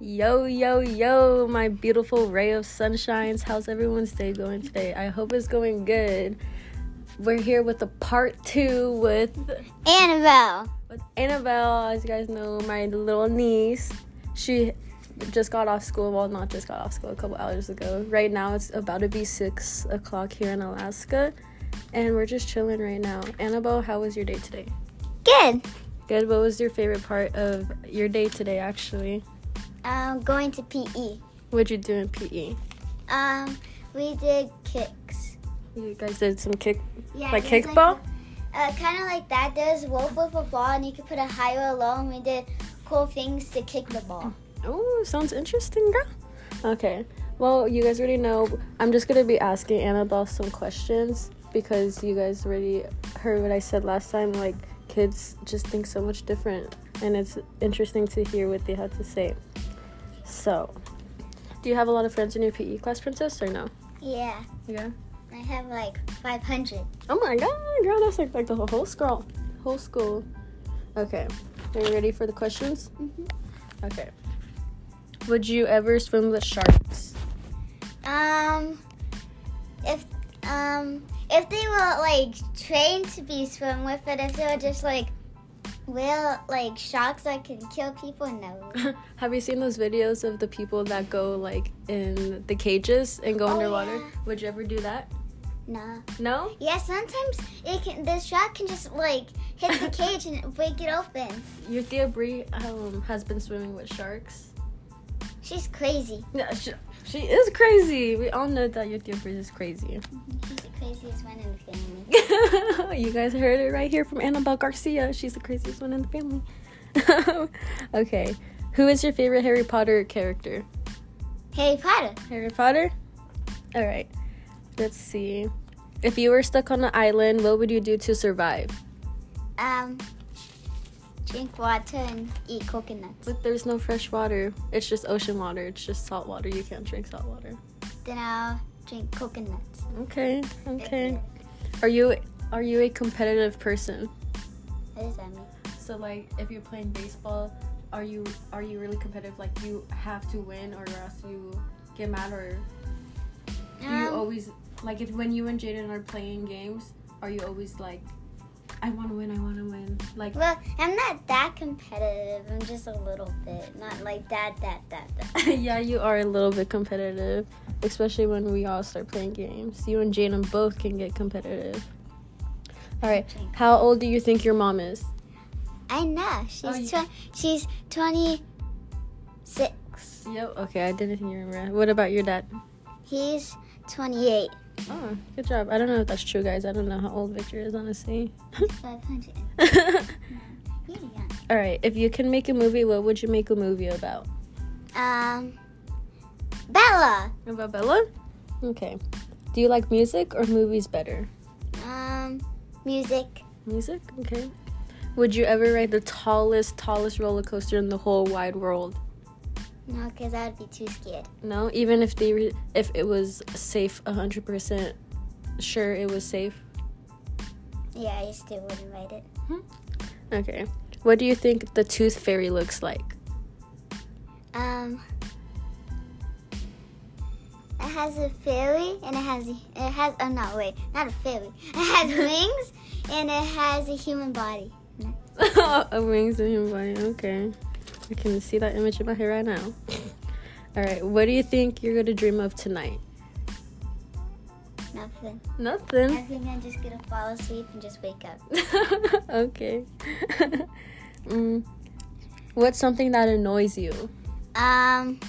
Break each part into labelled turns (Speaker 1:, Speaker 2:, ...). Speaker 1: Yo, yo, yo, my beautiful ray of sunshines. How's everyone's day going today? I hope it's going good. We're here with the part two with,
Speaker 2: Annabelle.
Speaker 1: with Annabelle. As you guys know, my little niece. She just got off school. Well, not just got off school, a couple hours ago. Right now, it's about to be six o'clock here in Alaska. And we're just chilling right now. Annabelle, how was your day today?
Speaker 2: Good.
Speaker 1: Good. What was your favorite part of your day today, actually?
Speaker 2: Um, going to PE.
Speaker 1: What'd you do in E? PE?
Speaker 2: Um, we did kicks.
Speaker 1: You guys did some kick,
Speaker 2: Yeah.
Speaker 1: like
Speaker 2: there's
Speaker 1: kickball?
Speaker 2: uh, kind of like that. There's wolf with a ball, and you could put a high or a low. And we did cool things to kick the ball.
Speaker 1: Oh, sounds interesting, girl. Okay. Well, you guys already know. I'm just gonna be asking Annabelle some questions because you guys already heard what I said last time. Like kids just think so much different, and it's interesting to hear what they had to say. So, do you have a lot of friends in your PE class, Princess, or no?
Speaker 2: Yeah.
Speaker 1: Yeah.
Speaker 2: I have like 500.
Speaker 1: Oh my god, girl, that's like like the whole school, whole school. Okay. Are you ready for the questions?
Speaker 2: Mhm.
Speaker 1: Okay. Would you ever swim with sharks?
Speaker 2: Um, if um if they were like trained to be swim with, but if they were just like real like sharks that can kill people, no.
Speaker 1: Have you seen those videos of the people that go like in the cages and go
Speaker 2: Oh,
Speaker 1: underwater?
Speaker 2: yeah.
Speaker 1: Would you ever do that?
Speaker 2: No.
Speaker 1: No?
Speaker 2: Yeah, sometimes it can. The shark can just like hit the cage and break it open.
Speaker 1: Your Thea Bree um, has been swimming with sharks.
Speaker 2: She's crazy.
Speaker 1: Yeah, she, she is crazy. We all know that your Thea Bree is crazy.
Speaker 2: She's the craziest one in the family.
Speaker 1: you guys heard it right here from Annabelle Garcia. She's the craziest one in the family. okay. Who is your favorite Harry Potter character?
Speaker 2: Harry Potter.
Speaker 1: Harry Potter? All right. Let's see. If you were stuck on an island, what would you do to survive?
Speaker 2: Um, drink water and eat coconuts.
Speaker 1: But there's no fresh water. It's just ocean water. It's just salt water. You can't drink salt water.
Speaker 2: Then I'll drink coconuts.
Speaker 1: Okay. Okay. Are you are you a competitive person?
Speaker 2: What does that mean?
Speaker 1: So like if you're playing baseball, are you are you really competitive? Like you have to win or else you get mad or do you
Speaker 2: Um,
Speaker 1: always like if when you and Jaden are playing games, are you always like I want to win, I want to win. Like
Speaker 2: well, I'm not that competitive. I'm just a little bit. Not like that, that, that, that.
Speaker 1: yeah, you are a little bit competitive, especially when we all start playing games. You and Jaden both can get competitive. All right. How old do you think your mom is?
Speaker 2: I know. She's
Speaker 1: Oh, you-
Speaker 2: tw- she's 26.
Speaker 1: Yep. Okay, I didn't hear remember. What about your dad?
Speaker 2: He's 28.
Speaker 1: Oh, good job. I don't know if that's true, guys. I don't know how old Victor is, honestly.
Speaker 2: 500. You're young.
Speaker 1: all right. If you can make a movie, what would you make a movie about?
Speaker 2: Um, Bella.
Speaker 1: About Bella? Okay. Do you like music or movies better?
Speaker 2: Um, music.
Speaker 1: Music? Okay. Would you ever ride the tallest, tallest roller coaster in the whole wide world?
Speaker 2: No, because I would be too scared.
Speaker 1: No, even if they re- if it was safe, hundred percent sure it was safe.
Speaker 2: Yeah, I still wouldn't write it.
Speaker 1: Okay. What do you think the tooth fairy looks like?
Speaker 2: Um, it has a fairy and it has it has oh no wait not a fairy it has wings and it has a human body.
Speaker 1: a wings and human body. Okay, I can see that image in my head right now. All right. What do you think you're gonna dream of tonight?
Speaker 2: Nothing. I
Speaker 1: Nothing.
Speaker 2: think I'm just gonna fall asleep and just wake up.
Speaker 1: okay. mm. What's something that annoys you?
Speaker 2: Um,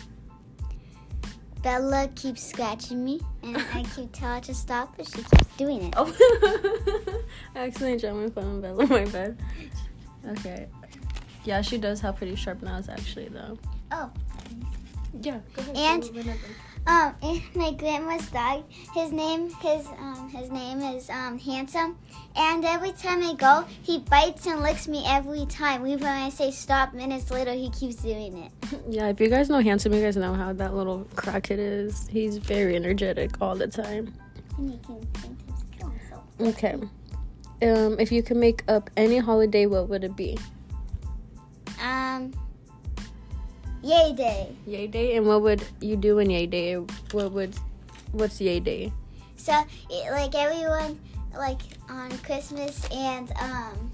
Speaker 2: Bella keeps scratching me and I keep telling her to stop, but she keeps doing it.
Speaker 1: Oh, I accidentally dropped my phone in bed. My bed. Okay. Yeah, she does have pretty sharp nails, actually, though.
Speaker 2: Oh.
Speaker 1: Yeah. Go ahead.
Speaker 2: And- Um, and my grandma's dog. His name, his um, his name is um, handsome. And every time I go, he bites and licks me every time. Even when I say stop, minutes later he keeps doing it.
Speaker 1: yeah, if you guys know handsome, you guys know how that little crackhead is. He's very energetic all the time.
Speaker 2: And he can sometimes kill himself.
Speaker 1: Okay. Um, if you could make up any holiday, what would it be?
Speaker 2: Um, Yay day.
Speaker 1: Yay Day, and what would you do in Yay Day? What would, what's Yay Day?
Speaker 2: So it- like everyone like on Christmas and um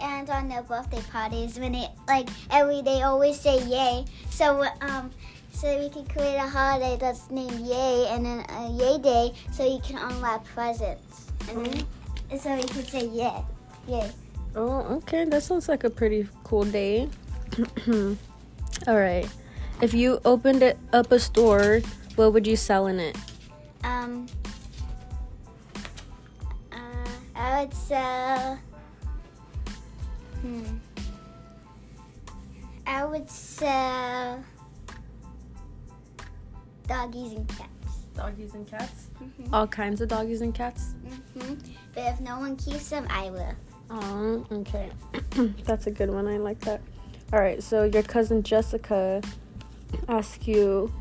Speaker 2: and on their birthday parties when it like every they always say yay. So um so we can create a holiday that's named Yay and then a Yay Day so you can unwrap presents and then so you can say yay. Yay.
Speaker 1: Oh, okay. That sounds like a pretty cool day. All right. If you opened it up a store, what would you sell in it?
Speaker 2: Um, uh, I would sell. Hmm. I would sell doggies and cats.
Speaker 1: Doggies and cats.
Speaker 2: Mhm.
Speaker 1: All kinds of doggies and cats.
Speaker 2: hmm But if no one keeps them, I will.
Speaker 1: Oh, okay. That's a good one. I like that. All right. So your cousin Jessica asked you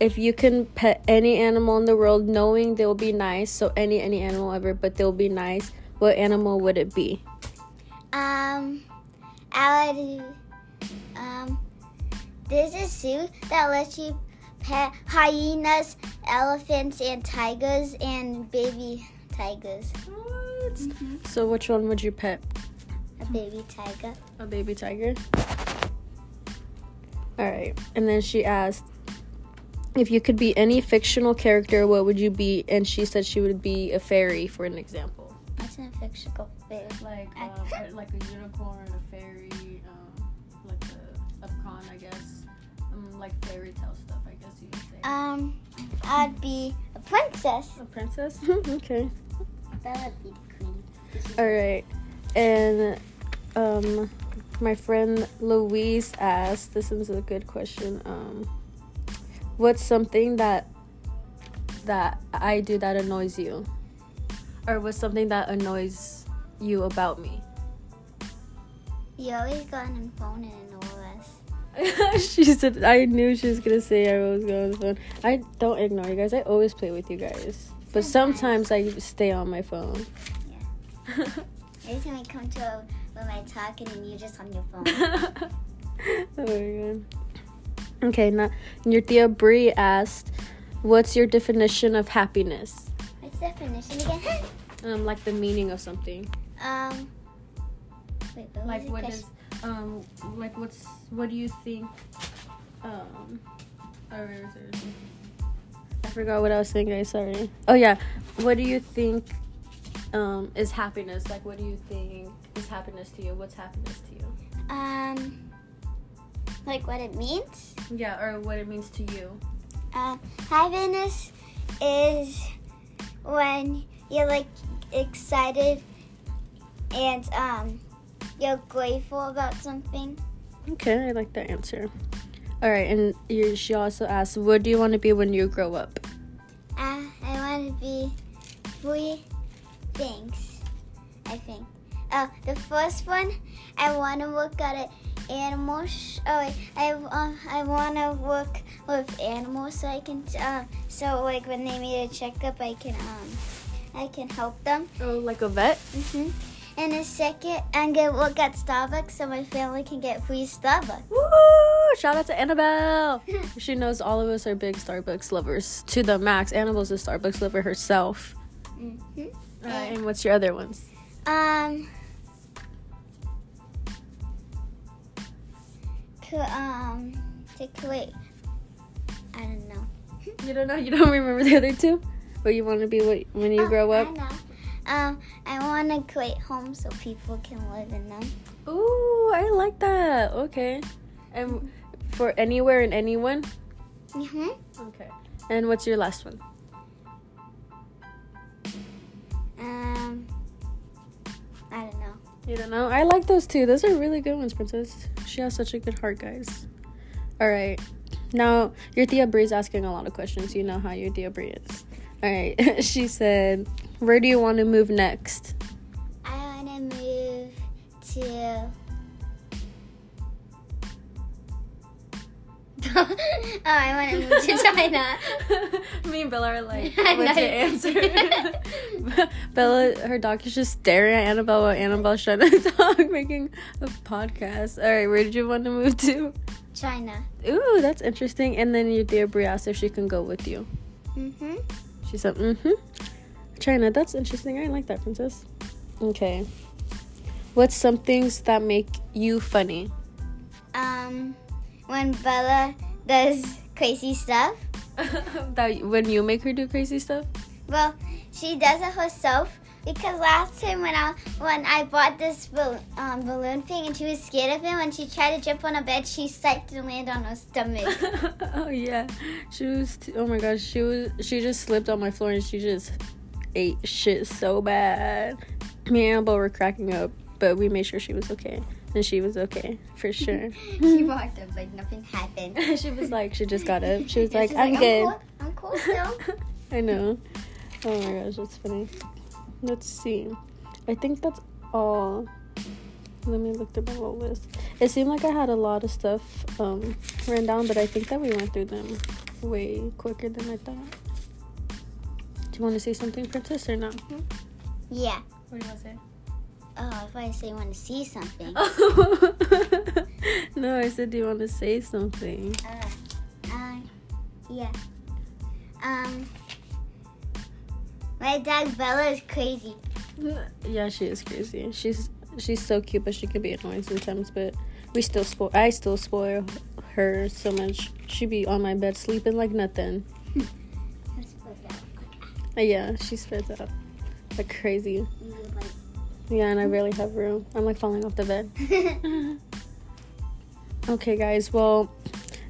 Speaker 1: if you can pet any animal in the world, knowing they'll be nice. So any any animal ever, but they'll be nice. What animal would it be?
Speaker 2: Um, I would. Um, there's a zoo that lets you pet hyenas, elephants, and tigers, and baby tigers.
Speaker 1: So which one would you pet?
Speaker 2: A baby tiger.
Speaker 1: A baby tiger. All right. And then she asked if you could be any fictional character, what would you be? And she said she would be a fairy for an example.
Speaker 2: That's an fictional baby.
Speaker 1: Like uh,
Speaker 2: um, or
Speaker 1: like a unicorn, a fairy, um, like a upcon, I guess. Um, like fairy tale stuff, I guess you could say.
Speaker 2: Um, I'd be a princess.
Speaker 1: a princess? okay.
Speaker 2: That would be the queen.
Speaker 1: All right. And um my friend Louise asked, this is a good question. Um what's something that that I do that annoys you? Or what's something that annoys you about me?
Speaker 2: You always go on the phone and ignore us.
Speaker 1: she said I knew she was gonna say I was going on the phone. I don't ignore you guys. I always play with you guys. But sometimes I stay on my phone.
Speaker 2: Every time I come to a room, I talk and then you're just on your phone.
Speaker 1: oh my god. Okay, now your Thea Bree asked, "What's your definition of happiness?
Speaker 2: What's the definition again?
Speaker 1: Um, like the meaning of something.
Speaker 2: um, wait, what was
Speaker 1: Like
Speaker 2: the
Speaker 1: what is,
Speaker 2: question?
Speaker 1: um, like what's what do you think? Um, oh, wait, wait, wait, wait. I forgot what I was saying, guys. Sorry. Oh yeah, what do you think? Um, is happiness like? What do you think is happiness to you? What's happiness to you?
Speaker 2: Um, like what it means?
Speaker 1: Yeah, or what it means to you.
Speaker 2: Uh, happiness is when you're like excited and um, you're grateful about something.
Speaker 1: Okay, I like that answer. All right, and you, she also asked, "What do you want to be when you grow up?"
Speaker 2: Uh, I want to be three things, I think. Oh, the first one, I want to work at an animal. Sh- oh, wait, I um, I want to work with animals so I can um, so like when they need a checkup, I can um, I can help them.
Speaker 1: Oh, like a vet?
Speaker 2: hmm And a second, I'm gonna work at Starbucks so my family can get free Starbucks.
Speaker 1: Woo! Shout out to Annabelle. she knows all of us are big Starbucks lovers to the max. Annabelle's a Starbucks lover herself.
Speaker 2: hmm
Speaker 1: All right, and what's your other ones?
Speaker 2: Um, to, um, to create, I don't know.
Speaker 1: You don't know. You don't remember the other two, but you want to be what, when you
Speaker 2: Oh,
Speaker 1: grow
Speaker 2: I
Speaker 1: up.
Speaker 2: know. Um, I want to create homes so people can live in them.
Speaker 1: Ooh, I like that. Okay, and for anywhere and anyone.
Speaker 2: hmm
Speaker 1: Okay. And what's your last one?
Speaker 2: Um, I don't know.
Speaker 1: You don't know. I like those too. Those are really good ones, Princess. She has such a good heart, guys. All right. Now, your Thea Bree is asking a lot of questions. You know how your Thea Bree is. All right. she said, Where do you want to move next?
Speaker 2: I want to move to. oh, I want to move to China.
Speaker 1: Me and Bella are like,
Speaker 2: I
Speaker 1: What's
Speaker 2: know.
Speaker 1: your answer? Bella, her dog is just staring at Annabelle while Annabelle shut the dog making a podcast. All right. Where did you want to move to?
Speaker 2: China.
Speaker 1: Ooh, that's interesting. And then your dear Brie asked if she can go with you.
Speaker 2: Mm-hmm.
Speaker 1: She said, mm-hmm. China, that's interesting. I like that, princess. Okay. What's some things that make you funny?
Speaker 2: Um, when Bella does crazy stuff.
Speaker 1: that when you make her do crazy stuff?
Speaker 2: Well, she does it herself because last time when I when I bought this bal- um, balloon thing and she was scared of it, when she tried to jump on a bed, she psyched and landed on her stomach.
Speaker 1: oh yeah. She was t- oh my gosh, she was she just slipped on my floor and she just ate shit so bad. Me and Annabelle were cracking up, but we made sure she was okay. And she was okay, for sure.
Speaker 2: she walked up like nothing happened.
Speaker 1: she was like, she just got up. She was
Speaker 2: Yeah,
Speaker 1: like,
Speaker 2: she's
Speaker 1: I'm good.
Speaker 2: Cool. I'm cool still.
Speaker 1: I know. Oh my gosh, that's funny. Let's see. I think that's all. Let me look through my whole list. It seemed like I had a lot of stuff um, ran down, but I think that we went through them way quicker than I thought. Do you want to say something, Princess, or not?
Speaker 2: yeah.
Speaker 1: What was it?
Speaker 2: Oh, if I say you want to see something.
Speaker 1: Oh. no, I said, do you want to say something?
Speaker 2: Uh, uh, yeah. Um, my dog Bella is crazy.
Speaker 1: Yeah, she is crazy. She's she's so cute, but she can be annoying sometimes. But we still spoil. I still spoil her so much. She be on my bed sleeping like nothing. Uh, Yeah, she spreads out like crazy. Yeah, and I barely have room. I'm like falling off the bed. Okay, guys. Well,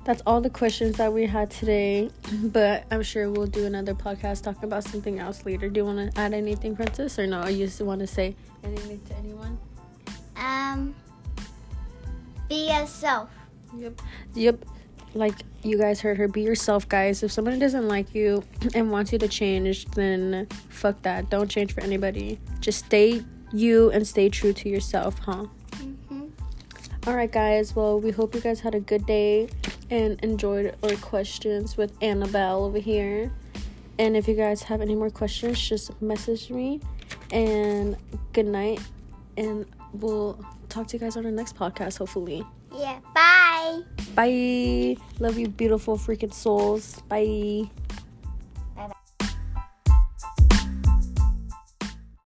Speaker 1: that's all the questions that we had today. But I'm sure we'll do another podcast talking about something else later. Do you want to add anything, Princess, or no? Or you just want to say anything to anyone?
Speaker 2: um, be yourself.
Speaker 1: Yep. Yep. Like you guys heard her, be yourself, guys. If somebody doesn't like you and wants you to change, then fuck that. Don't change for anybody. Just stay you and stay true to yourself, huh?
Speaker 2: Mm-hmm.
Speaker 1: All right, guys. Well, we hope you guys had a good day and enjoyed our questions with Annabelle over here. And if you guys have any more questions, just message me. And good night. And we'll talk to you guys on the next podcast, hopefully.
Speaker 2: Yeah. Bye.
Speaker 1: Bye. Love you, beautiful freaking souls. Bye.